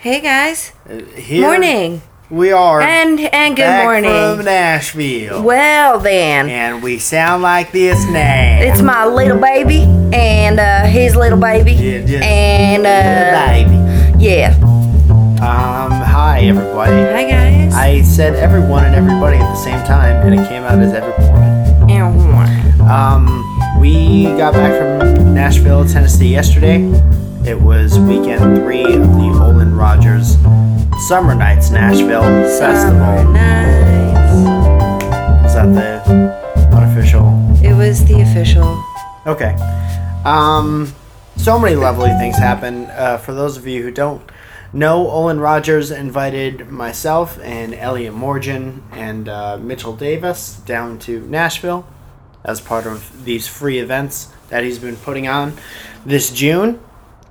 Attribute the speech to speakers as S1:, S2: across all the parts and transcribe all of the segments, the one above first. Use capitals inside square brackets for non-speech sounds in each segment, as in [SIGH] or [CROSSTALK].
S1: Hey guys.
S2: Here
S1: morning.
S2: We are
S1: And and good
S2: back
S1: morning.
S2: from Nashville,
S1: Well then.
S2: and we sound like this now.
S1: It's my little baby and uh his little baby.
S2: Yeah, just
S1: and uh
S2: baby.
S1: yeah.
S2: Um, hi everybody.
S1: Hi guys.
S2: I said everyone and everybody at the same time, and it came out as everyone.
S1: And-
S2: Um, we got back from Nashville, Tennessee yesterday. It was weekend three of the Olin Rogers Summer Nights Nashville Festival.
S1: Nice.
S2: Is that the unofficial
S1: It was the official.
S2: Okay. Um, so many lovely things happen. Uh, for those of you who don't know, Olin Rogers invited myself and Elliot Morgan and uh, Mitchell Davis down to Nashville as part of these free events that he's been putting on this June.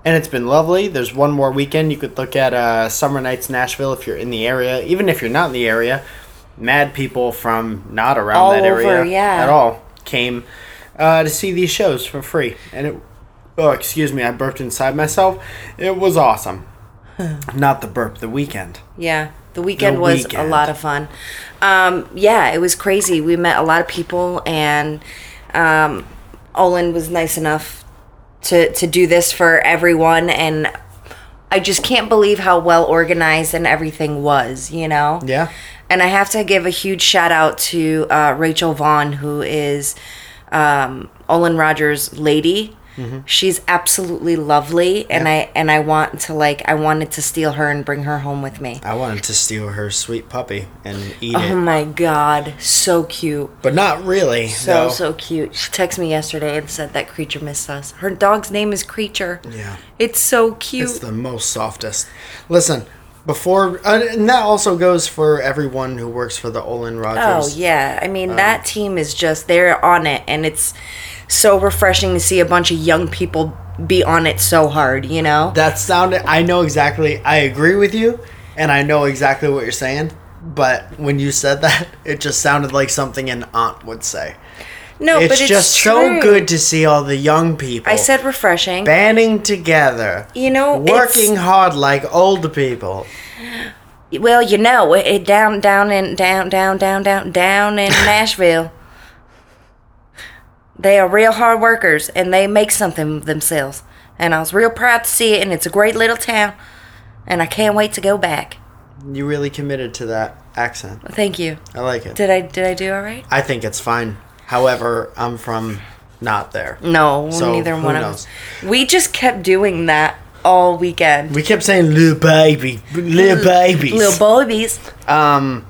S2: And it's been lovely. There's one more weekend. You could look at uh, Summer Nights Nashville if you're in the area. Even if you're not in the area, mad people from not around
S1: All
S2: that area
S1: over, yeah.
S2: at all came uh, to see these shows for free. And it, oh, excuse me, I burped inside myself. It
S1: [LAUGHS]
S2: was awesome. not the burp, the weekend.
S1: Yeah. The weekend
S2: The
S1: was
S2: weekend.
S1: a lot of fun. Um, yeah, it was crazy. We met a lot of people, and um, Olin was nice enough to to do this for everyone. And I just can't believe how well organized and everything was. You know.
S2: Yeah.
S1: And I have to give a huge shout out to uh, Rachel Vaughn, who is um, Olin Rogers' lady.
S2: Mm-hmm.
S1: She's absolutely lovely, and I and I want to like I wanted to steal her and bring her home with me.
S2: I wanted to steal her sweet puppy and eat
S1: Oh
S2: it,
S1: my god, so cute.
S2: but not really.
S1: So
S2: though.
S1: so cute. She texted me yesterday and said that creature missed us. Her dog's name is Creature.
S2: Yeah.
S1: It's so cute.
S2: It's the most softest. Listen, before uh, and that also goes for everyone who works for the Olin
S1: oh
S2: Rogers.
S1: yeah. I
S2: Um,
S1: mean that team is just they're on it and it's so refreshing to see a bunch of young people be on it so hard, you know?
S2: That sounded. I know exactly. I agree with you, and I know exactly what you're saying. But when you said that, [LAUGHS] it just sounded like something an aunt would say.
S1: no,
S2: it's
S1: but it's
S2: just so
S1: true.
S2: good to see all the young people.
S1: I said refreshing.
S2: banding together.
S1: You know, it's-
S2: working hard like old people.
S1: Well, you know, it, it down, down, and down, down, down, down, down
S2: [LAUGHS]
S1: in Nashville. They are real hard workers, and they make something of themselves. And I was real proud to see it, and it's a great little town, and I can't wait to go back.
S2: You really committed to that accent.
S1: Thank you.
S2: I like it.
S1: Did I did I do all right?
S2: I think it's fine. However, I'm from not there.
S1: No,
S2: So,
S1: neither
S2: who
S1: one of us.
S2: knows?
S1: We just kept doing that all weekend.
S2: We kept saying little baby, little babies.
S1: Little babies.
S2: Um,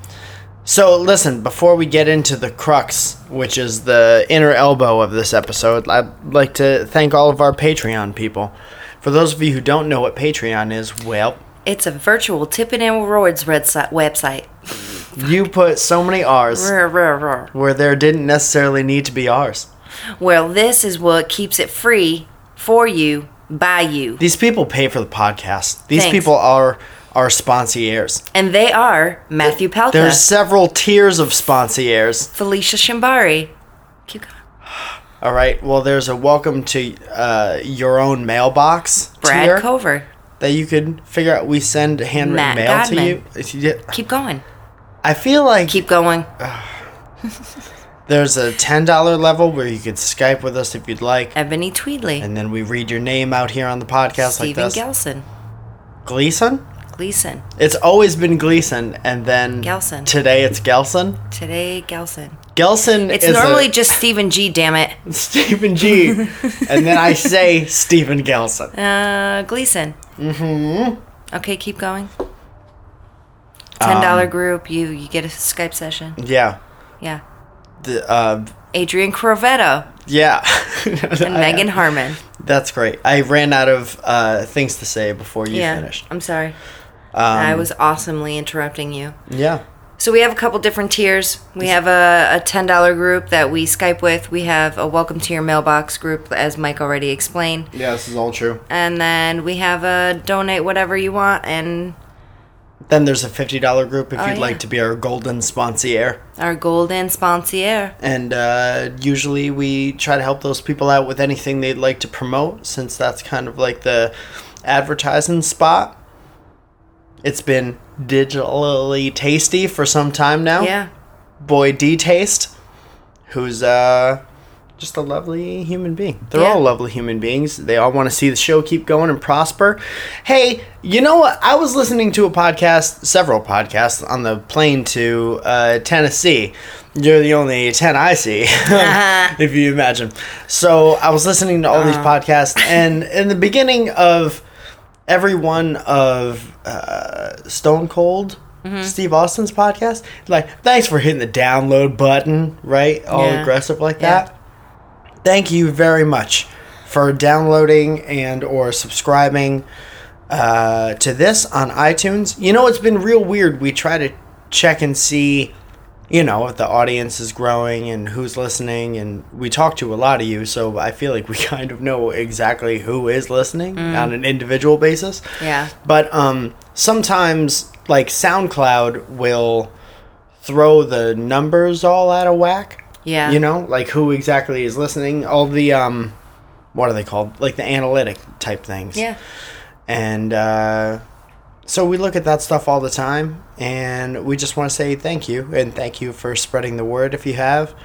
S2: so listen, before we get into the crux, which is the inner elbow of this episode, I'd like to thank all of our Patreon people. For those of you who don't know what Patreon is, well,
S1: It's a virtual Tippin' and Roids red si- website.
S2: you put so many R's
S1: Ruh, ruh, ruh.
S2: where there didn't necessarily need to be R's.
S1: Well, this is what keeps it free for you by you.
S2: These people pay for the podcast. These
S1: Thanks.
S2: people are our sponsors.
S1: And they are Matthew Palka,
S2: There's several tiers of sponsors.
S1: Felicia Shimbari. Keep going.
S2: All right. Well, there's a welcome to uh, your own mailbox
S1: Brad
S2: tier
S1: Cover.
S2: that you could figure out. We send handwritten
S1: Matt
S2: mail
S1: Godman.
S2: to you. If you. did-
S1: Keep going.
S2: I feel like
S1: Keep going.
S2: there's a ten dollar level where you could Skype with us if you'd like,
S1: Ebony Tweedley.
S2: and then we read your name out here on the podcast like
S1: Stephen
S2: this.
S1: Gelson.
S2: Gleason.
S1: Gleason.
S2: It's always been Gleason, and then
S1: Gelson.
S2: Today it's Gelson.
S1: Today, Gelson.
S2: Gelson.
S1: It's
S2: is
S1: normally
S2: [LAUGHS] a-
S1: just Stephen G, damn it. [LAUGHS]
S2: Stephen G, and then I say Stephen Gelson.
S1: Uh, Gleason. Mm
S2: Mm-hmm.
S1: hmm. Okay, keep going.
S2: Um,
S1: $10 group. You, you get a Skype session.
S2: Yeah.
S1: Yeah.
S2: The uh,
S1: Adrian Crovetto
S2: yeah. [LAUGHS]
S1: and Megan Harmon.
S2: That's great. I ran out of uh, things to say before you
S1: yeah,
S2: finished. Um,
S1: I'm sorry. I was awesomely interrupting you.
S2: Yeah.
S1: So we have a couple different tiers. We have a, a ten dollar group that we Skype with. We have a welcome to your mailbox group, as Mike already explained,
S2: Yeah, this is all true.
S1: and then we have a donate whatever you want and
S2: Then there's a fifty dollar group if
S1: Oh,
S2: you'd
S1: yeah.
S2: like to be our golden sponsor.
S1: our golden sponsor.
S2: And uh, usually we try to help those people out with anything they'd like to promote, since that's kind of like the advertising spot. It's been digitally tasty for some time now.
S1: Yeah.
S2: Boy D Taste, who's uh, just a lovely human being. They're
S1: Yeah.
S2: all lovely human beings. They all want to see the show keep going and prosper. Hey, you know what? I was listening to a podcast, several podcasts, on the plane to uh, Tennessee. You're the only 10 I see, [LAUGHS] if you imagine. So I was listening to all these podcasts, and in the beginning of every one of uh, Stone Cold,
S1: Mm-hmm.
S2: Steve Austin's podcast, like, thanks for hitting the download button, right? All
S1: Yeah.
S2: aggressive like
S1: Yeah.
S2: that thank you very much for downloading and or subscribing uh, to this on itunes you know it's been real weird we try to check and see you know if the audience is growing and who's listening and we talk to a lot of you so i feel like we [LAUGHS] kind of know exactly who is listening on an individual basis
S1: Mm. Yeah.
S2: but um sometimes like soundcloud will throw the numbers all out of whack
S1: Yeah.
S2: you know like who exactly is listening all the um what are they called like the analytic type things
S1: Yeah.
S2: and uh so we look at that stuff all the time and we just want to say thank you and thank you for spreading the word if you have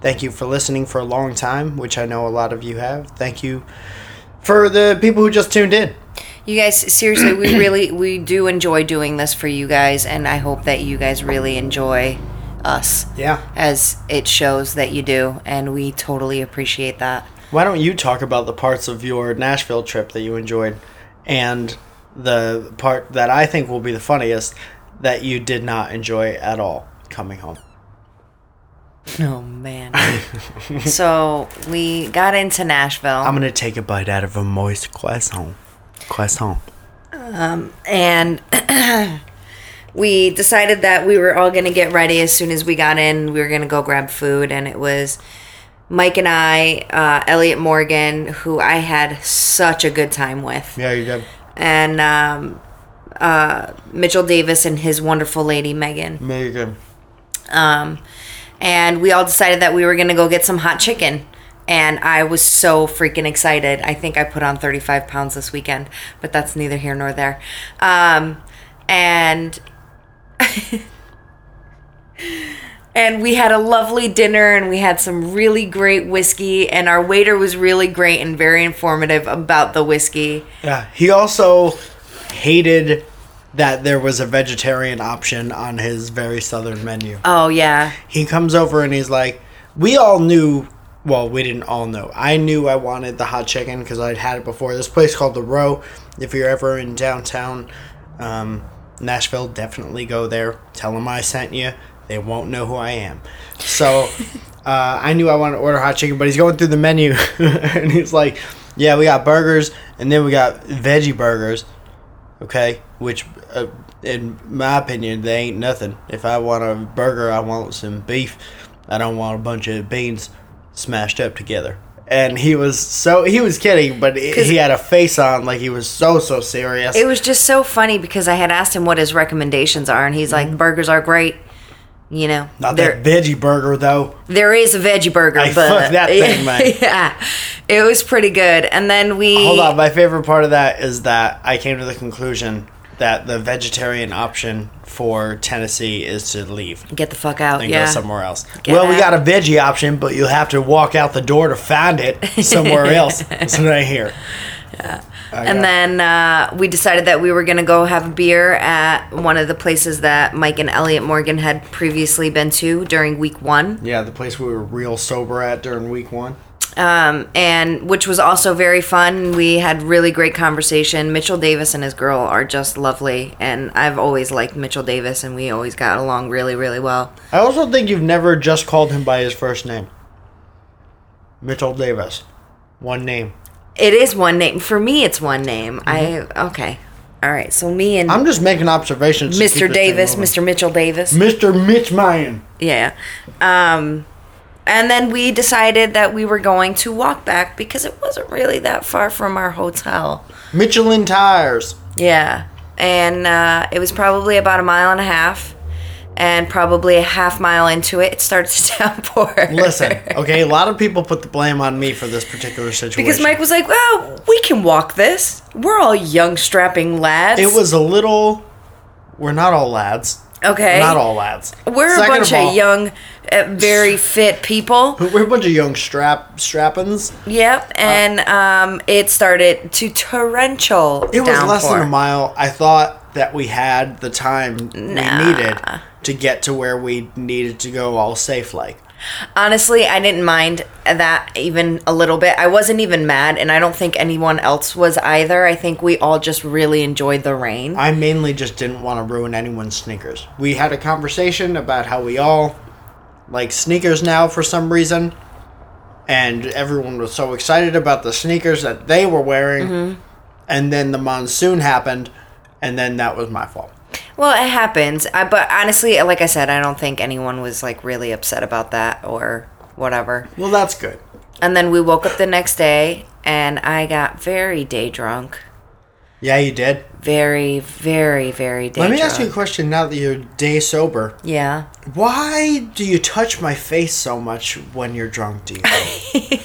S2: thank you for listening for a long time which i know a lot of you have thank you for the people who just tuned in
S1: You guys, seriously,
S2: [CLEARS THROAT]
S1: we really we do enjoy doing this for you guys, and I hope that you guys really enjoy us.
S2: yeah
S1: As it shows that you do, and we totally appreciate that.
S2: Why don't you talk about the parts of your Nashville trip that you enjoyed and the part that I think will be the funniest that you did not enjoy at all coming home?
S1: Oh man. so we got into Nashville.
S2: I'm going to take a bite out of a moist croissant. Croissant.
S1: and [CLEARS THROAT] we decided that we were all going to get ready as soon as we got in. We were going to go grab food, and it was Mike and I, uh, Elliot Morgan, who I had such a good time with,
S2: Yeah, you got
S1: and um, uh, Mitchell Davis and his wonderful lady Megan.
S2: very good.
S1: Um, and we all decided that we were going to go get some hot chicken. And I was so freaking excited. I think I put on 35 pounds this weekend, but that's neither here nor there. Um, and. [LAUGHS] And we had a lovely dinner and we had some really great whiskey and our waiter was really great and very informative about the whiskey.
S2: Yeah. He also hated that there was a vegetarian option on his very southern menu.
S1: Oh yeah.
S2: he comes over and he's like, "We all knew. Well, we didn't all know. I knew I wanted the hot chicken because I'd had it before. This place called the Row. If you're ever in downtown um, Nashville, definitely go there. Tell them I sent you. They won't know who I am. So." Uh, I knew I wanted to order hot chicken, but he's going through the menu [LAUGHS] and he's like, Yeah, we got burgers and then we got veggie burgers okay which uh, in my opinion they ain't nothing if i want a burger i want some beef i don't want a bunch of beans smashed up together and he was so he was kidding but he he had a face on like he was so so serious
S1: It was just so funny because I had asked him what his recommendations are, and he's like, "Burgers are great." You know,
S2: Mm-hmm. not
S1: there
S2: that veggie burger though
S1: there is a veggie burger,
S2: Hey,
S1: but
S2: fuck
S1: [LAUGHS]
S2: that thing, man. Uh,
S1: yeah, it was pretty good. And then we
S2: hold on my favorite part of that is that i came to the conclusion that the vegetarian option for tennessee is to leave
S1: get the fuck out.
S2: and
S1: Yeah,
S2: go somewhere else.
S1: Get
S2: well, we
S1: out.
S2: got a veggie option, but you'll have to walk out the door to
S1: [LAUGHS]
S2: find it somewhere else. It's not here. Yeah.
S1: and then uh, we decided that we were gonna go have a beer at one of the places that Mike and Elliot Morgan had previously been to during week one,
S2: yeah, the place we were real sober at during week one.
S1: um, and which was also very fun. We had really great conversation. Mitchell Davis and his girl are just lovely, and I've always liked Mitchell Davis, and we always got along really, really well.
S2: I also think you've never just called him by his first name, Mitchell Davis. One name.
S1: It is one name for me. It's one name. I okay, all right. So me and
S2: Mm-hmm. I'm just making observations. to keep
S1: Mr.
S2: this thing
S1: Davis,
S2: moving.
S1: Mr. Mitchell Davis.
S2: Mr. Mitch Mayan.
S1: Yeah. Um, and then we decided that we were going to walk back because it wasn't really that far from our hotel.
S2: Michelin tires.
S1: Yeah. And uh, it was probably about a mile and a half. And probably a half mile into it, it started to [LAUGHS] downpour.
S2: Listen, okay, a lot of people put the blame on me for this particular
S1: [LAUGHS]
S2: situation.
S1: Because Mike was like, well, we can walk this. We're all young, strapping lads.
S2: It was a little We're not all lads.
S1: Okay.
S2: Not all lads.
S1: We're
S2: Second
S1: a bunch of,
S2: all,
S1: young, uh,
S2: [LAUGHS]
S1: very fit people.
S2: We're a bunch of young strap strappins.
S1: Yep, and um, it started to torrential.
S2: It was less than
S1: downpour.
S2: a mile. I thought that we had the time we needed to get to where we needed to go all safe like.
S1: Honestly, I didn't mind that even a little bit. I wasn't even mad, and I don't think anyone else was either. I think we all just really enjoyed the rain.
S2: I mainly just didn't want to ruin anyone's sneakers. We had a conversation about how we all like sneakers now for some reason, and everyone was so excited about the sneakers that they were wearing, and then the monsoon happened, and then that was my fault.
S1: well, it happens. I, but honestly, like I said, I don't think anyone was like really upset about that or whatever.
S2: Well, that's good.
S1: And then we woke up the next day, and I got very day drunk.
S2: Yeah, you did.
S1: Very, very, very day
S2: Let me
S1: drunk.
S2: ask you a question now that you're day sober.
S1: Yeah.
S2: Why do you touch my face so much when you're drunk, do you think?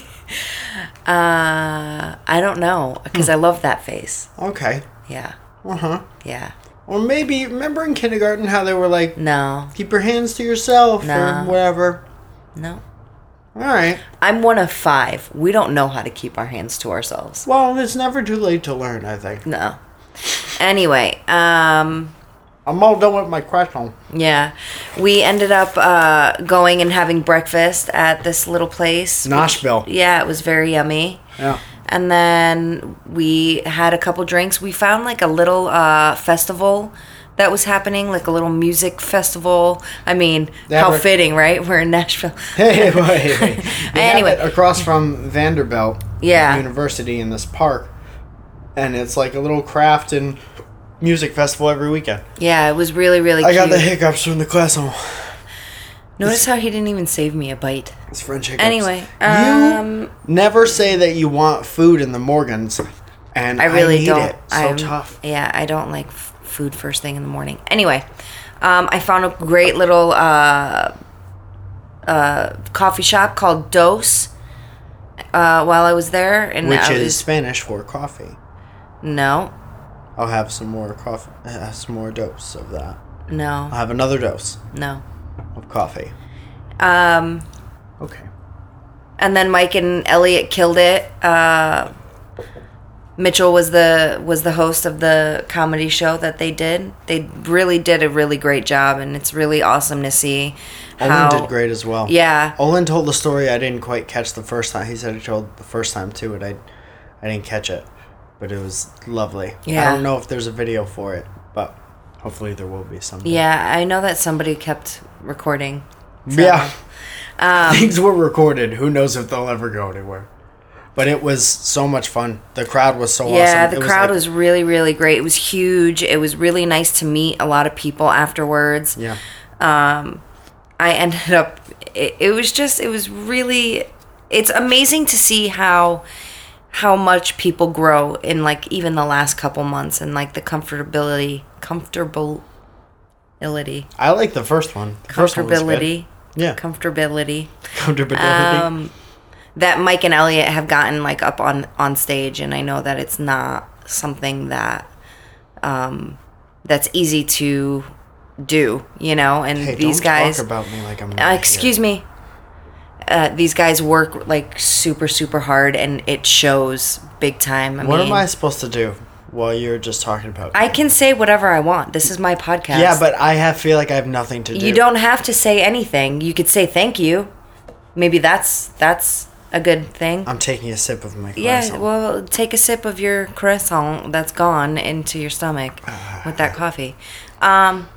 S1: Uh, I don't know
S2: Hmm.
S1: because I love that face.
S2: okay.
S1: Yeah,
S2: Uh huh.
S1: yeah.
S2: Or maybe, remember in kindergarten how they were like,
S1: No,
S2: keep your hands to yourself
S1: Nah.
S2: or whatever.
S1: no.
S2: All right.
S1: I'm one of five. We don't know how to keep our hands to ourselves.
S2: Well, it's never too late to learn, I think.
S1: No. Anyway, um,
S2: I'm all done with my question.
S1: yeah, we ended up uh, going and having breakfast at this little place.
S2: Noshville.
S1: Yeah, it was very yummy.
S2: Yeah. [LAUGHS]
S1: And then we had a couple drinks. We found like a little uh, festival that was happening, like a little music festival. I mean,
S2: That
S1: how
S2: were-
S1: fitting, right? [LAUGHS] We're in Nashville.
S2: Hey, wait,
S1: [LAUGHS]
S2: wait, wait. We have
S1: Anyway.
S2: it across from Vanderbilt
S1: Yeah.
S2: University in this park, and it's like a little craft and music festival every weekend.
S1: Yeah, it was really, really
S2: I
S1: cute.
S2: got the hiccups from the classroom.
S1: Notice how he didn't even save me a bite.
S2: It's French hiccups.
S1: Anyway,
S2: you
S1: um,
S2: never say that you want food in the Morgans, and
S1: I really
S2: need
S1: don't.
S2: It. So
S1: I'm-
S2: tough.
S1: Yeah, I don't like f- food first thing in the morning. Anyway, um, I found a great little uh, uh, coffee shop called Dos. Uh, while I was there, and
S2: Which
S1: I was,
S2: is Spanish for coffee.
S1: no,
S2: I'll have some more coffee. Uh, [LAUGHS] some more dose of that. I'll
S1: no,
S2: have another dose
S1: no.
S2: of coffee.
S1: Um,
S2: Okay.
S1: and then Mike and Elliot killed it. Uh, Mitchell was the was the host of the comedy show that they did. They really did a really great job, and it's really awesome to see
S2: Olin
S1: how.
S2: did great as well.
S1: Yeah,
S2: Olin told the story I didn't quite catch the first time. He said he told the first time too, and I, I didn't catch it, but it was lovely. I
S1: Yeah.
S2: don't know if there's a video for it, but hopefully there will be someday.
S1: yeah. I know that somebody kept recording.
S2: Yeah.
S1: um,
S2: Things were recorded. Who knows if they'll ever go anywhere. But it was so much fun. The crowd was so awesome.
S1: Yeah, the
S2: It
S1: crowd
S2: like-
S1: was really, really great. It was huge. It was really nice to meet a lot of people afterwards.
S2: Yeah.
S1: I ended up. It, it was just. It was really. It's amazing to see how how much people grow in like even the last couple months and like the comfortability, comfortability,
S2: I like the first one. The first one was good.
S1: comfortability,
S2: Yeah.
S1: comfortability
S2: Comfortability.
S1: Um, that Mike and Elliot have gotten like up on on stage, and I know that it's not something that um that's easy to do, you know. And
S2: hey,
S1: these
S2: don't
S1: guys,
S2: talk about me like I'm.
S1: uh, excuse me. Uh, these guys work like super, super hard, and it shows big time. I
S2: What
S1: mean,
S2: am I supposed to do while you're just talking about?
S1: I
S2: me?
S1: can say whatever I want. This is my podcast.
S2: Yeah, but I have feel like I have nothing to do.
S1: you don't have to say anything. You could say thank you. Maybe that's that's a good thing.
S2: I'm taking a sip of my.
S1: Yeah,
S2: croissant.
S1: well, take a sip of your croissant that's gone into your stomach with that coffee. Um,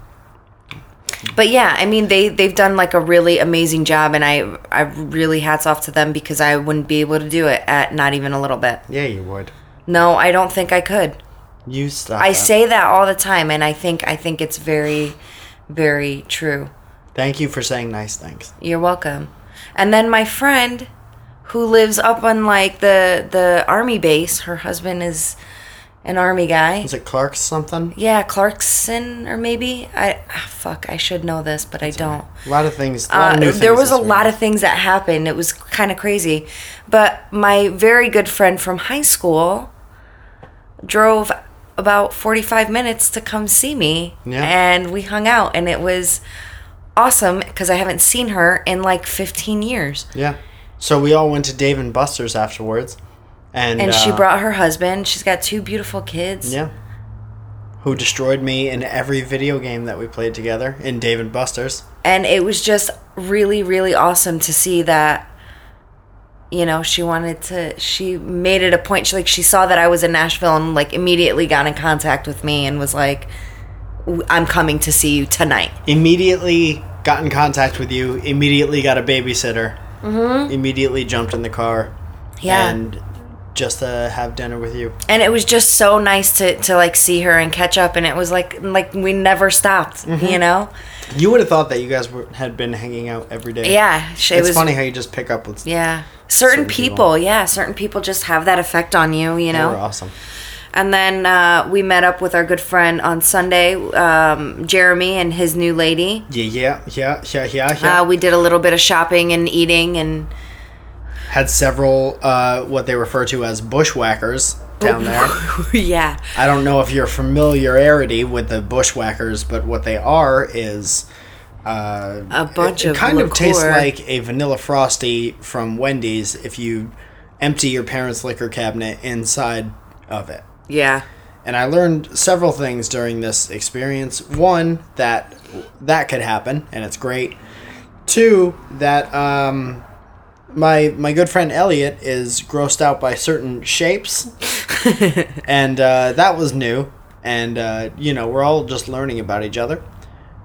S1: but yeah, I mean they they've done like a really amazing job, and I I really hats off to them because I wouldn't be able to do it at not even a little bit.
S2: Yeah, you would.
S1: No, I don't think I could.
S2: You stop.
S1: I
S2: that.
S1: say that all the time, and I think I think it's very, very true.
S2: Thank you for saying nice things.
S1: You're welcome. And then my friend who lives up on like the the army base, her husband is an army guy.
S2: Is it Clark's something?
S1: Yeah, Clarkson or maybe I ah, fuck, I should know this, but I don't.
S2: A lot of things. A lot of new
S1: Uh, there
S2: things
S1: was a
S2: this week.
S1: lot of things that happened. It was kind of crazy. But my very good friend from high school drove about 45 minutes to come see me.
S2: Yeah.
S1: And we hung out, and it was awesome because I haven't seen her in like 15 years.
S2: Yeah. So we all went to Dave and Buster's afterwards, and
S1: And she
S2: uh,
S1: brought her husband. She's got two beautiful kids.
S2: yeah, who destroyed me in every video game that we played together in Dave and Buster's.
S1: And it was just really, really awesome to see that. You know, she wanted to. She made it a point. She like she saw that I was in Nashville and like immediately got in contact with me and was like, "W- "I'm coming to see you tonight."
S2: Immediately got in contact with you. Immediately got a babysitter. Mm-hmm. Immediately jumped in the car.
S1: Yeah.
S2: And just to have dinner with you.
S1: and it was just so nice to to like see her and catch up and it was like like we never stopped you know
S2: You would have thought that you guys were, had been hanging out every day.
S1: yeah sh- it
S2: It's
S1: was
S2: funny how you just pick up with.
S1: yeah certain,
S2: Certain people.
S1: people, yeah certain people just have that effect on you you
S2: They
S1: know
S2: were awesome.
S1: and then uh, we met up with our good friend on sunday um, jeremy and his new lady
S2: Yeah, yeah, yeah, yeah, yeah, yeah.
S1: uh, we did a little bit of shopping and eating and
S2: [LAUGHS] had several uh, what they refer to as bushwhackers
S1: [LAUGHS]
S2: down there.
S1: yeah
S2: I don't know if you're familiarity with the bushwhackers, but what they are is uh,
S1: a bunch
S2: it
S1: of
S2: kind of tastes
S1: liqueur.
S2: like a vanilla frosty from Wendy's if you empty your parents' liquor cabinet inside of it.
S1: yeah
S2: And I learned several things during this experience. One, that that could happen, and it's great. Two, that um, my my good friend Elliot is grossed out by certain shapes, and uh, that was new. And uh, you know, we're all just learning about each other.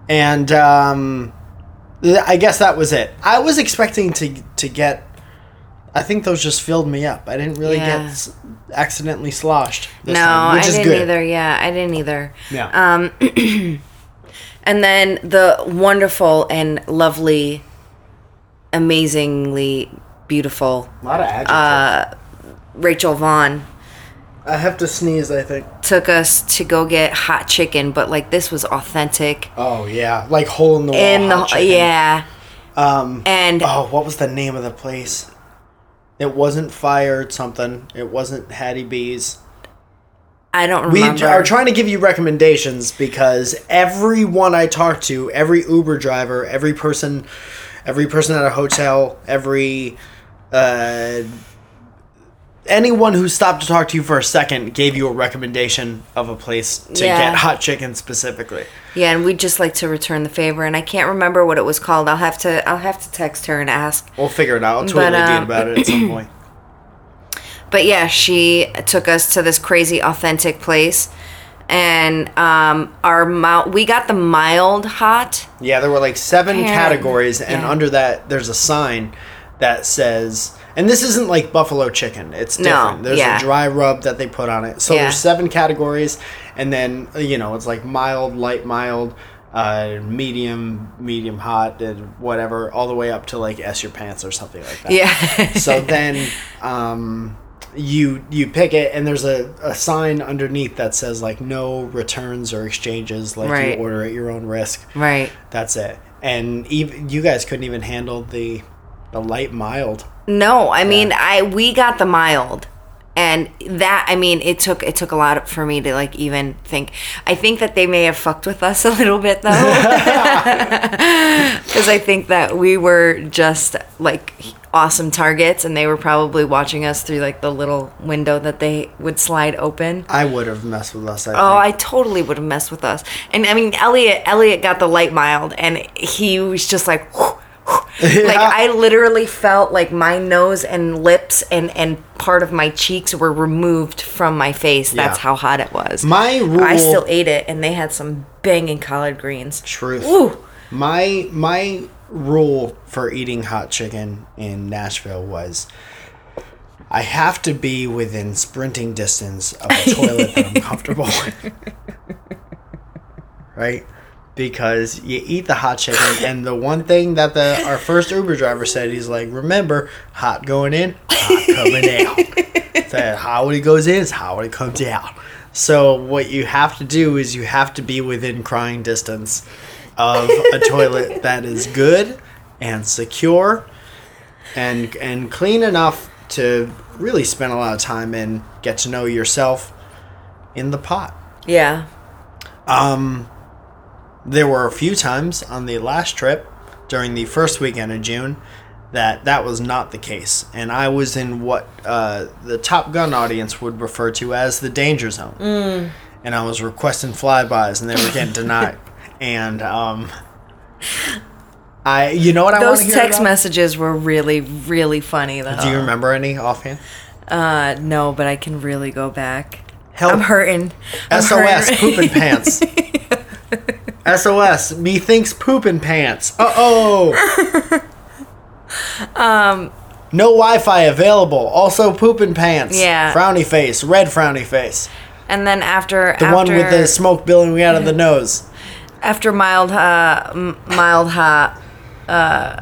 S2: And um, th- I guess that was it. I was expecting to to get. I think those just filled me up. I didn't really
S1: Yeah.
S2: get s- accidentally sloshed.
S1: [LAUGHS]
S2: this
S1: no
S2: time,
S1: i
S2: which is
S1: didn't
S2: good.
S1: either Um, yeah i didn't either
S2: Yeah.
S1: And then the wonderful and lovely, amazingly beautiful
S2: a lot of adjectives.
S1: uh, Rachel Vaughn
S2: I have to sneeze. I think.
S1: took us to go get hot chicken, but like this was authentic.
S2: Oh yeah, like hole in the wall.
S1: In the
S2: Oh, hot chicken.
S1: yeah.
S2: Um.
S1: And
S2: Oh, what was the name of the place? It wasn't fired something. It wasn't Hattie B's.
S1: I don't
S2: We
S1: remember.
S2: are trying to give you recommendations because everyone I talk to, every Uber driver, every person, every person at a hotel, every uh, anyone who stopped to talk to you for a second gave you a recommendation of a place to
S1: Yeah.
S2: get hot chicken specifically.
S1: yeah, and we'd just like to return the favor and I can't remember what it was called. I'll have to I'll have to text her and ask.
S2: We'll figure it out. I'll totally
S1: But,
S2: um,
S1: um,
S2: about it at some point.
S1: But yeah, she took us to this crazy authentic place and um our mou- we got the mild hot
S2: Yeah, there were like seven
S1: Apparent-
S2: categories, and
S1: yeah.
S2: under that, there's a sign that says, and this isn't like buffalo chicken. It's
S1: No,
S2: different. there's
S1: yeah.
S2: a dry rub that they put on it. So
S1: Yeah.
S2: there's seven categories, and then uh, you know it's like mild, light, mild, uh, medium, medium hot, and whatever, all the way up to like s your pants or something like that.
S1: Yeah.
S2: so then um, you you pick it and there's a, a sign underneath that says like no returns or exchanges like
S1: Right.
S2: you order at your own risk
S1: [LAUGHS] right.
S2: that's it and even you guys couldn't even handle the the light mild
S1: No, I mean I we got the mild. And that I mean it took it took a lot for me to like even think. I think that they may have fucked with us [LAUGHS] a little bit though. Cuz I think that we were just like awesome targets and they were probably watching us through like the little window that they would slide open.
S2: i would have messed with us i
S1: Oh,
S2: think
S1: I totally would have messed with us. And I mean, Elliot, Elliot got the light mild, and he was just like, like I literally felt like my nose and lips and and part of my cheeks were removed from my face. That's
S2: Yeah.
S1: how hot it was.
S2: my rule
S1: I still ate it, and they had some banging collard greens.
S2: truth
S1: Ooh.
S2: my my rule for eating hot chicken in nashville was i have to be within sprinting distance of a toilet that i'm comfortable with right because you eat the hot chicken and the one thing that the our first uber driver said he's like remember hot going in hot coming out that how it goes in is how it comes out so what you have to do is you have to be within crying distance of a toilet that is good and secure and and clean enough to really spend a lot of time and get to know yourself in the pot
S1: Yeah.
S2: Um, there were a few times on the last trip during the first weekend of June that that was not the case, and I was in what uh, the Top Gun audience would refer to as the danger zone,
S1: Mm.
S2: and I was requesting flybys, and they were
S1: [LAUGHS]
S2: getting denied, and um. I, you know what I want
S1: Those
S2: to hear
S1: text
S2: about?
S1: messages were really, really funny though.
S2: Do you remember any offhand?
S1: Uh, no, but I can really go back.
S2: Help.
S1: I'm hurting. I'm
S2: SOS,
S1: hurting. [LAUGHS]
S2: pooping pants. SOS, methinks pooping pants. Uh oh. um.
S1: [LAUGHS] Um,
S2: No Wi Fi available. Also pooping pants.
S1: Yeah.
S2: Frowny face, red frowny face.
S1: and then after
S2: The
S1: after,
S2: one with the smoke billowing out of the nose.
S1: after mild uh, m- mild hot uh,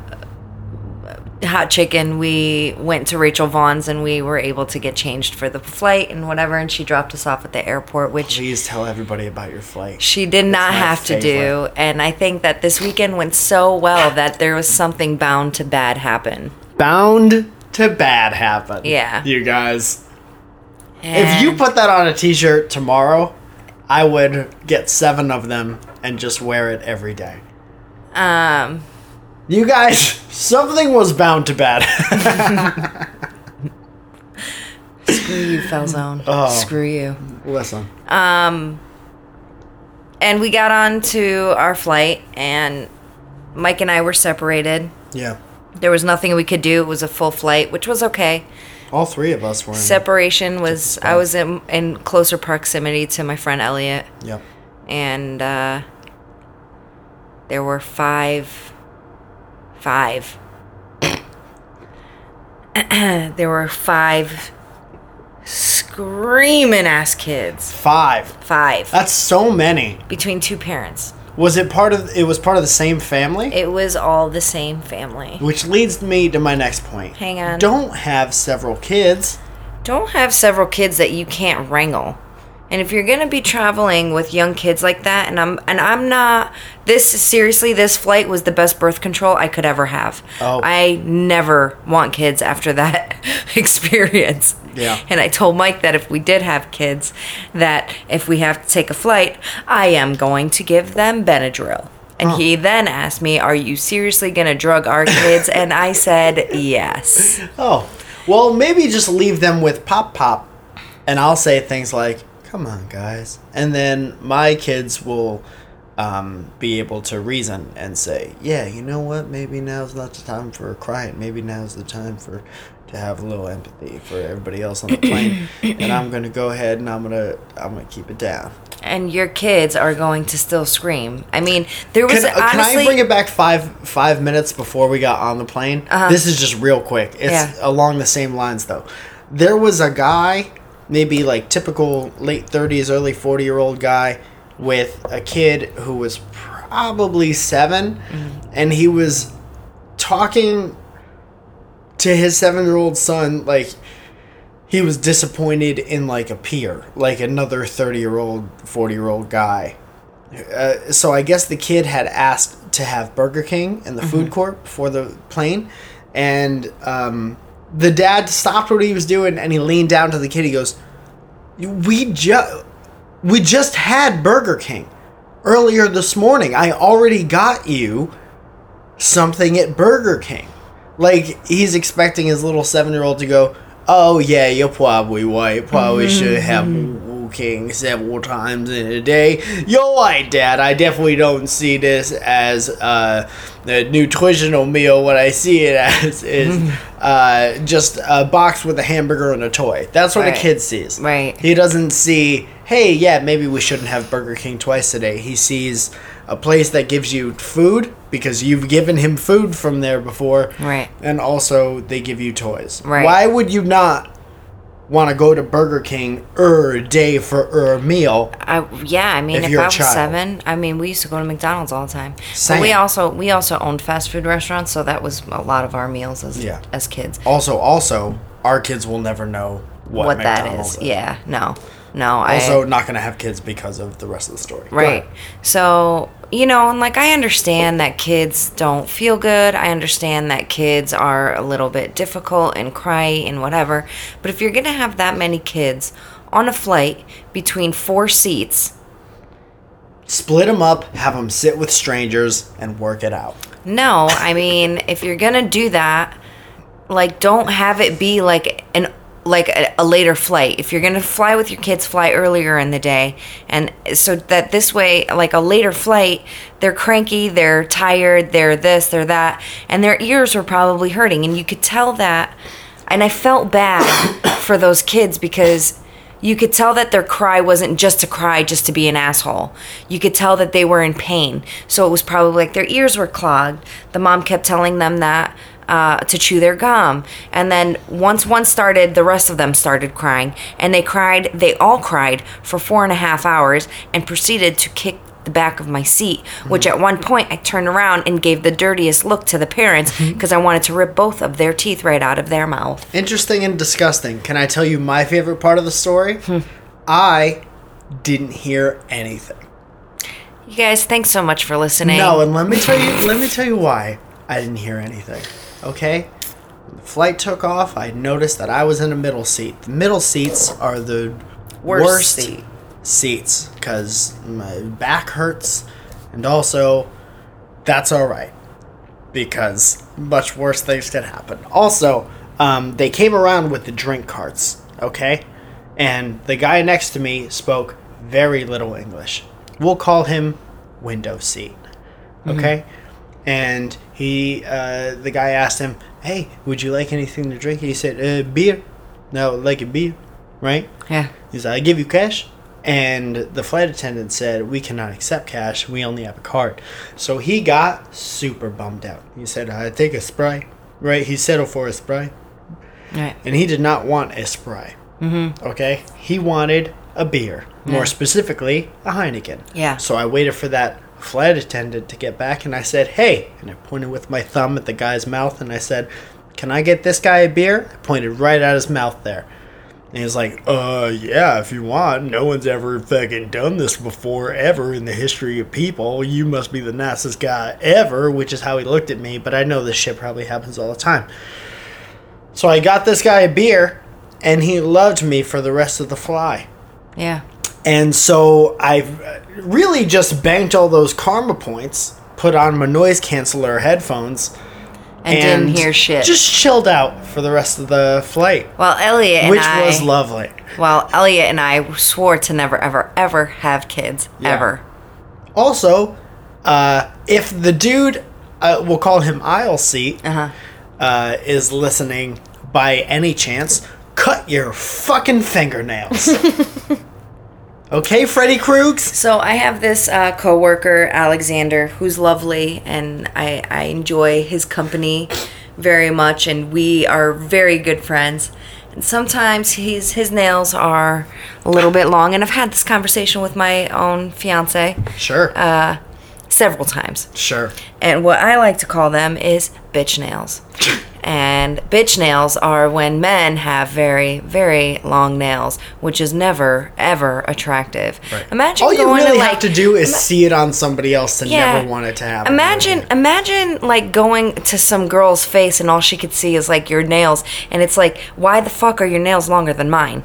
S1: hot chicken we went to rachel vaughn's and we were able to get changed for the flight and whatever and she dropped us off at the airport which
S2: Please tell everybody about your flight.
S1: she did not
S2: my
S1: have to do and i think that this weekend went so well that there was something bound to bad happen
S2: Bound to bad happen.
S1: Yeah.
S2: You guys. If you
S1: And-
S2: put that on a t shirt tomorrow, I would get seven of them and just wear it every day.
S1: um
S2: You guys, [LAUGHS] something was bound to bad. [LAUGHS]
S1: screw you fell zone
S2: Oh.
S1: screw you
S2: Listen,
S1: and we got on to our flight and mike and i were separated
S2: yeah,
S1: There was nothing we could do. It was a full flight, which was okay.
S2: all three of us were. In,
S1: Separation was I was in, in closer proximity to my friend Elliot,
S2: Yep.
S1: and uh, there were five, five. [CLEARS THROAT] there were five screaming ass kids.
S2: Five.
S1: Five
S2: That's so many.
S1: between two parents.
S2: Was it part of? It was part of the same family.
S1: It was all the same family.
S2: which leads me to my next point.
S1: Hang on.
S2: Don't have several kids.
S1: don't have several kids that you can't wrangle. And if you're going to be traveling with young kids like that and I'm and I'm not this seriously this flight was the best birth control I could ever have.
S2: Oh.
S1: I never want kids after that [LAUGHS] experience.
S2: Yeah.
S1: And I told Mike that if we did have kids that if we have to take a flight, I am going to give them Benadryl. And he then asked me, "Are you seriously going to drug our kids?" and I said, "Yes."
S2: Oh, well, maybe just leave them with pop pop, and I'll say things like, "Come on, guys," and then my kids will um, be able to reason and say, "Yeah, you know what? Maybe now's not the time for a crying. Maybe now's the time for to have a little empathy for everybody else on the plane." and I'm gonna go ahead and I'm gonna I'm gonna keep it down.
S1: and your kids are going to still scream. I mean, there was
S2: Can, uh, can
S1: honestly
S2: I bring it back five five minutes before we got on the plane? This is just real quick. It's
S1: Uh-huh. Yeah.
S2: along the same lines though. There was a guy, maybe like typical late thirties, early forty year old guy, with a kid who was probably 7
S1: Mm-hmm.
S2: and he was talking to his seven year old son like he was disappointed in like a peer, like another 30 year old, 40 year old guy. Uh, so I guess the kid had asked to have Burger King in the food court before the plane, and um, the dad stopped what he was doing and he leaned down to the kid. He goes, "We just we just had Burger King earlier this morning. I already got you something at Burger King." Like he's expecting his little seven-year-old to go, "Oh yeah, you're probably right. Probably should have
S1: Mm-hmm.
S2: Burger King several times in a day." You're right, Dad. I definitely don't see this as uh, a nutritional meal. What I see it as is
S1: Mm-hmm.
S2: uh, just a box with a hamburger and a toy. That's what a
S1: Right.
S2: kid sees.
S1: Right.
S2: He doesn't see, hey, yeah, maybe we shouldn't have Burger King twice today. He sees a place that gives you food because you've given him food from there before.
S1: Right.
S2: And also they give you toys.
S1: Right.
S2: Why would you not want to go to Burger King er day for er meal?
S1: I, yeah, I mean,
S2: If
S1: if,
S2: you're a
S1: I was
S2: child.
S1: seven, I mean, we used to go to McDonald's all the time.
S2: Same.
S1: But we also we also owned fast food restaurants, so that was a lot of our meals as
S2: Yeah.
S1: as kids.
S2: Also, also, our kids will never know what,
S1: What, that
S2: McDonald's
S1: is, yeah, no, no. I
S2: Also, not going to have kids because of the rest of the story. Go
S1: Right.
S2: ahead.
S1: So, you know, and like I understand that kids don't feel good. I understand that kids are a little bit difficult and cry and whatever. But if you're going to have that many kids on a flight between four seats.
S2: Split them up, have them sit with strangers, and work it out.
S1: No, I mean, if you're gonna do that, like, don't have it be like an like a, a later flight. If you're gonna fly with your kids, fly earlier in the day, and so that this way, like a later flight, they're cranky, they're tired, they're this, they're that, and their ears are probably hurting, and you could tell that. And I felt bad [COUGHS] for those kids because you could tell that their cry wasn't just to cry just to be an asshole. You could tell that they were in pain. So it was probably like their ears were clogged. The mom kept telling them that uh, to chew their gum. And then once one started, the rest of them started crying. And they cried, they all cried for four and a half hours and proceeded to kick the back of my seat, which at one point I turned around and gave the dirtiest look to the parents because I wanted to rip both of their teeth right out of their mouth.
S2: Interesting and disgusting. Can I tell you my favorite part of the story? I didn't hear anything.
S1: You guys, thanks so much for listening.
S2: No, and let me tell you. Let me tell you why I didn't hear anything. Okay, when the flight took off. I noticed that I was in a middle seat. The middle seats are the
S1: Worst
S2: worst,
S1: seat.
S2: seats because my back hurts, and also that's all right because much worse things can happen. Also, um, they came around with the drink carts. Okay, and the guy next to me spoke very little English. We'll call him window seat. Okay? And he, uh, the guy asked him, hey, would you like anything to drink? He said, uh, beer. No, like a beer, right?
S1: Yeah.
S2: He's like, I give you cash. And the flight attendant said, We cannot accept cash. We only have a card. So he got super bummed out. He said, I take a Sprite, right? He settled for a Sprite.
S1: Right.
S2: And he did not want a Sprite. Mm-hmm. Okay? He wanted a beer. More specifically, a Heineken.
S1: Yeah.
S2: So I waited for that flight attendant to get back and I said, Hey! And I pointed with my thumb at the guy's mouth and I said, Can I get this guy a beer? I pointed right at his mouth there. And he was like, uh, yeah, if you want. No one's ever fucking done this before, ever in the history of people. You must be the nicest guy ever, which is how he looked at me. But I know this shit probably happens all the time. So I got this guy a beer, and he loved me for the rest of the fly.
S1: Yeah.
S2: And so I really just banked all those karma points, put on my noise canceller headphones,
S1: And, didn't hear shit.
S2: Just chilled out for the rest of the flight,
S1: well, Elliot and
S2: which
S1: I.
S2: was lovely.
S1: Well, Elliot and I swore to never, ever, ever have kids. Ever.
S2: Also, uh, if the dude, uh, we'll call him aisle seat,
S1: Uh huh.
S2: uh, is listening by any chance, cut your
S1: [LAUGHS]
S2: fucking fingernails. okay, Freddy Kruegs?
S1: So I have this uh, coworker, Alexander, who's lovely, and I, I enjoy his company very much, and we are very good friends. And sometimes he's his nails are a little bit long, and I've had this conversation with my own fiance
S2: Sure.
S1: Uh, several times.
S2: sure.
S1: And what I like to call them is bitch nails. and bitch nails are when men have very, very long nails, which is never, ever attractive. Imagine
S2: All you
S1: going
S2: really
S1: to like
S2: have to do is see it on somebody else and
S1: yeah.
S2: never want it to happen.
S1: Imagine, imagine like going to some girl's face and all she could see is like your nails, and it's like, why the fuck are your nails longer than mine?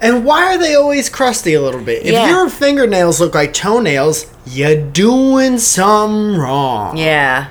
S2: And why are they always crusty a little bit? If
S1: Yeah.
S2: your fingernails look like toenails, you're doing something wrong.
S1: Yeah,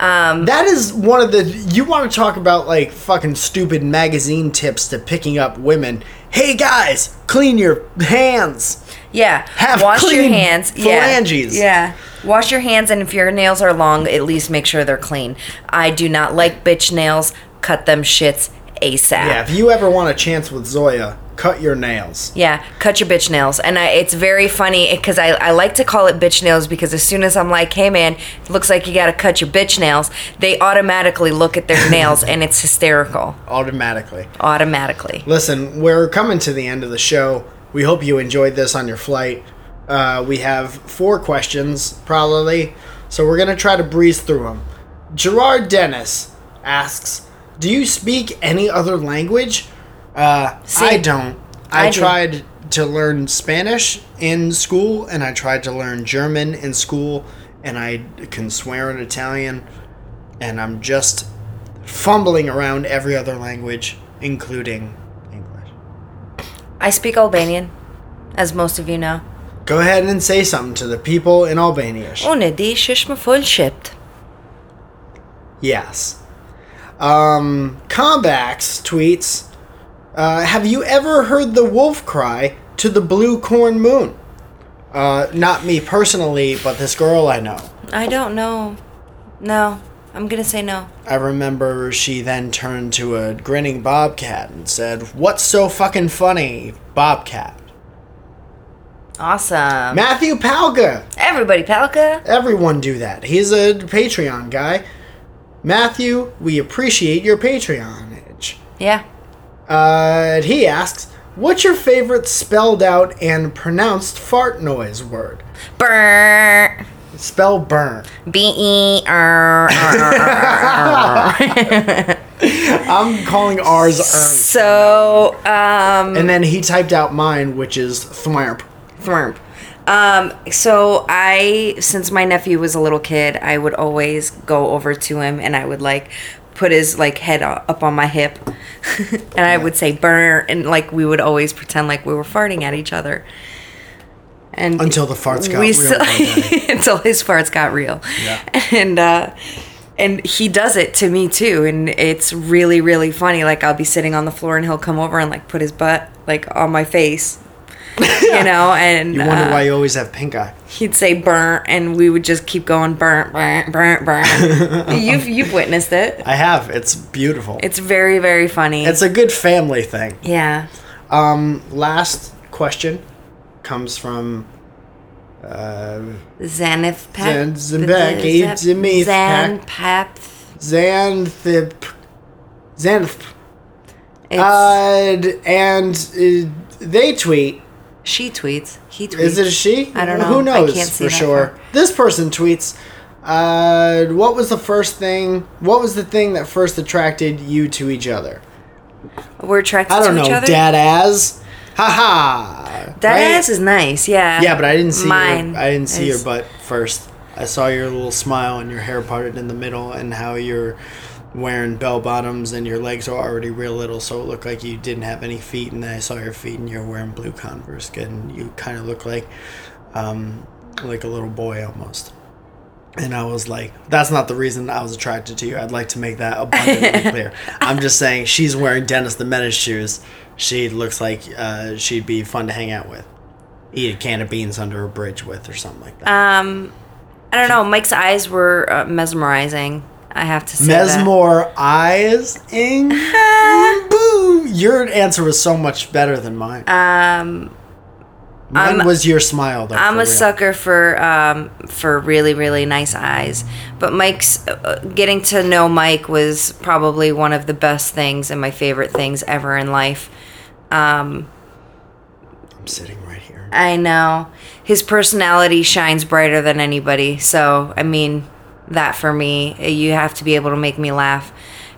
S1: um,
S2: That is one of the. You want to talk about like fucking stupid magazine tips to picking up women. Hey guys, clean your hands.
S1: yeah.
S2: Have
S1: Wash your
S2: clean
S1: hands.
S2: phalanges.
S1: Yeah. Yeah. Wash your hands, and if your nails are long, at least make sure they're clean. I do not like bitch nails. Cut them shits ASAP.
S2: Yeah, if you ever want a chance with Zoya, cut your nails.
S1: Yeah, cut your bitch nails. And I, it's very funny because I, I like to call it bitch nails because as soon as I'm like, hey man, looks like you got to cut your bitch nails, they automatically look at their nails and it's hysterical.
S2: Automatically.
S1: Automatically.
S2: Listen, we're coming to the end of the show. We hope you enjoyed this on your flight. Uh, we have four questions, probably, so we're going to try to breeze through them. Gerard Dennis asks Do you speak any other language? Uh, I don't. I,
S1: I do.
S2: tried to learn Spanish in school, and I tried to learn German in school, and I can swear in Italian, and I'm just fumbling around every other language, including English.
S1: I speak Albanian, as most of you know.
S2: Go ahead and say something to the people in Albania.
S1: Unë e di shish më fol shipt.
S2: Yes. Um, Combax tweets uh, Have you ever heard the wolf cry to the blue corn moon? Uh, not me personally, but this girl I know.
S1: I don't know. No, I'm gonna say no.
S2: I remember she then turned to a grinning bobcat and said, What's so fucking funny, bobcat?
S1: Awesome.
S2: Matthew Palka!
S1: Everybody, Palka.
S2: Everyone do that. He's a Patreon guy. Matthew, we appreciate your Patreonage.
S1: Yeah.
S2: Uh, and he asks, What's your favorite spelled out and pronounced fart noise word?
S1: [LAUGHS] Brr.
S2: Spell burn.
S1: B E R.
S2: I'm calling ours Ern.
S1: So, um,
S2: And then he typed out mine, which is thwamp.
S1: thwomp. Um, so I, since my nephew was a little kid, I would always go over to him and I would like put his like head o- up on my hip, [LAUGHS] and I would say "burr," and like we would always pretend like we were farting at each other. And
S2: Until the farts got real.
S1: [LAUGHS]
S2: bad.
S1: until his farts got real.
S2: Yeah.
S1: [LAUGHS] And uh and he does it to me too and it's really really funny like I'll be sitting on the floor and he'll come over and like put his butt like on my
S2: [LAUGHS]
S1: face. you know and
S2: You wonder
S1: uh,
S2: why you always have pink eye.
S1: he'd say burnt and we would just keep going burnt burnt burnt
S2: [LAUGHS]
S1: burnt. you've you've witnessed it.
S2: I have. It's beautiful.
S1: It's
S2: It's,
S1: very very funny.
S2: a good family thing.
S1: yeah.
S2: Um, last question comes from uh,
S1: Xanath
S2: Zan- Zambeki, Zimith,
S1: Zan
S2: Pac-
S1: Pap.
S2: Xanthip. Xanthip.
S1: It's,
S2: Uh, and uh, they tweet.
S1: she tweets. He tweets.
S2: Is it a she?
S1: I don't know.
S2: Who
S1: I
S2: knows
S1: can't see
S2: for
S1: that
S2: sure.
S1: far.
S2: This person tweets. Uh, what was the first thing? What was the thing that first attracted you to each other?
S1: We're attracted
S2: I don't
S1: to
S2: know,
S1: each other.
S2: dad as. Haha.
S1: That
S2: Right?
S1: ass is nice, yeah.
S2: Yeah, but I didn't see
S1: Mine
S2: your I didn't see
S1: is-
S2: your butt first. I saw your little smile and your hair parted in the middle and how you're wearing bell bottoms and your legs are already real little so it looked like you didn't have any feet and then I saw your feet and you're wearing blue Converse and you kind of look like um like a little boy almost. And I was like, that's not the reason I was attracted to you. I'd like to make
S1: [LAUGHS]
S2: that abundantly clear. I'm just saying she's wearing Dennis the Menace shoes. She looks like uh, she'd be fun to hang out with eat a can of beans under a bridge with or something like that.
S1: Um, I don't know. Mike's eyes were uh, mesmerizing. I have to say that.
S2: Mesmore eyes
S1: [LAUGHS]
S2: ing boo. Your answer was so much better than mine. Um, mine was your smile though.
S1: I'm
S2: for
S1: a
S2: real.
S1: sucker for um, for really really nice eyes, but Mike's uh, getting to know Mike was probably one of the best things and my favorite things ever in life. Um,
S2: I'm sitting right here.
S1: I know his personality shines brighter than anybody. So I mean, that for me, eh, you have to be able to make me laugh,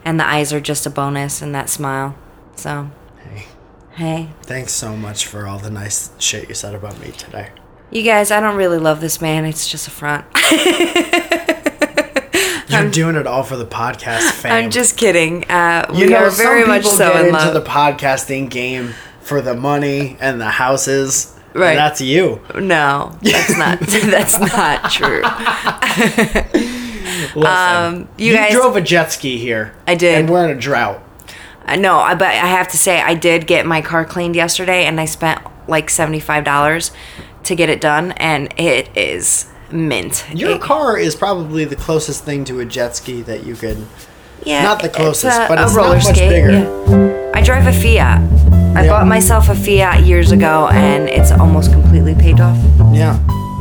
S1: and the eyes are just a bonus, and that smile. So
S2: Hey,
S1: hey,
S2: thanks so much for all the nice shit you said about me today.
S1: you guys, I don't really love this man. It's just a front. [LAUGHS]
S2: You're doing it all for the podcast
S1: [LAUGHS]
S2: fame.
S1: I'm just kidding. Uh,
S2: You
S1: we
S2: know,
S1: are very
S2: some
S1: much
S2: people
S1: so
S2: get
S1: in
S2: into
S1: love.
S2: the podcasting game for the money and the houses. and
S1: Right.
S2: that's you.
S1: no, that's not. [LAUGHS] that's not
S2: [LAUGHS]
S1: true.
S2: Listen,
S1: Um, you guys-
S2: drove a jet ski here.
S1: I did.
S2: And we're in a drought.
S1: I know, Uh, I- but I have to say, I did get my car cleaned yesterday, and I spent like seventy five dollars to get it done, and it is mint.
S2: Your
S1: It-
S2: car is probably the closest thing to a jet ski that you could.
S1: yeah,
S2: not the
S1: it's
S2: closest, but it's not much
S1: skate,
S2: bigger.
S1: yeah. I drive a Fiat. I
S2: Yeah.
S1: bought myself a Fiat years ago, and it's almost completely paid off.
S2: Yeah.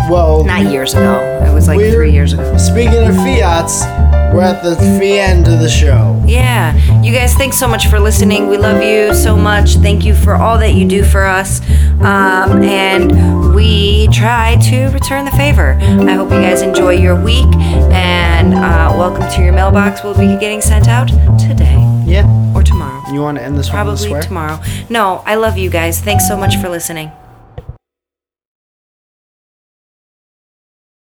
S2: Well,
S1: Not years ago. It was like
S2: we're-
S1: three years ago.
S2: Speaking of Fiats, we're at the fi- end of the show.
S1: Yeah. You guys, thanks so much for listening. We love you so much. Thank you for all that you do for us. Um, and we try to return the favor. I hope you guys enjoy your week and uh, welcome to your mailbox. We'll be getting sent out today
S2: Yeah.
S1: or tomorrow.
S2: You want to end this one with a
S1: Probably
S2: swear?
S1: tomorrow. No, I love you guys. Thanks so much for listening.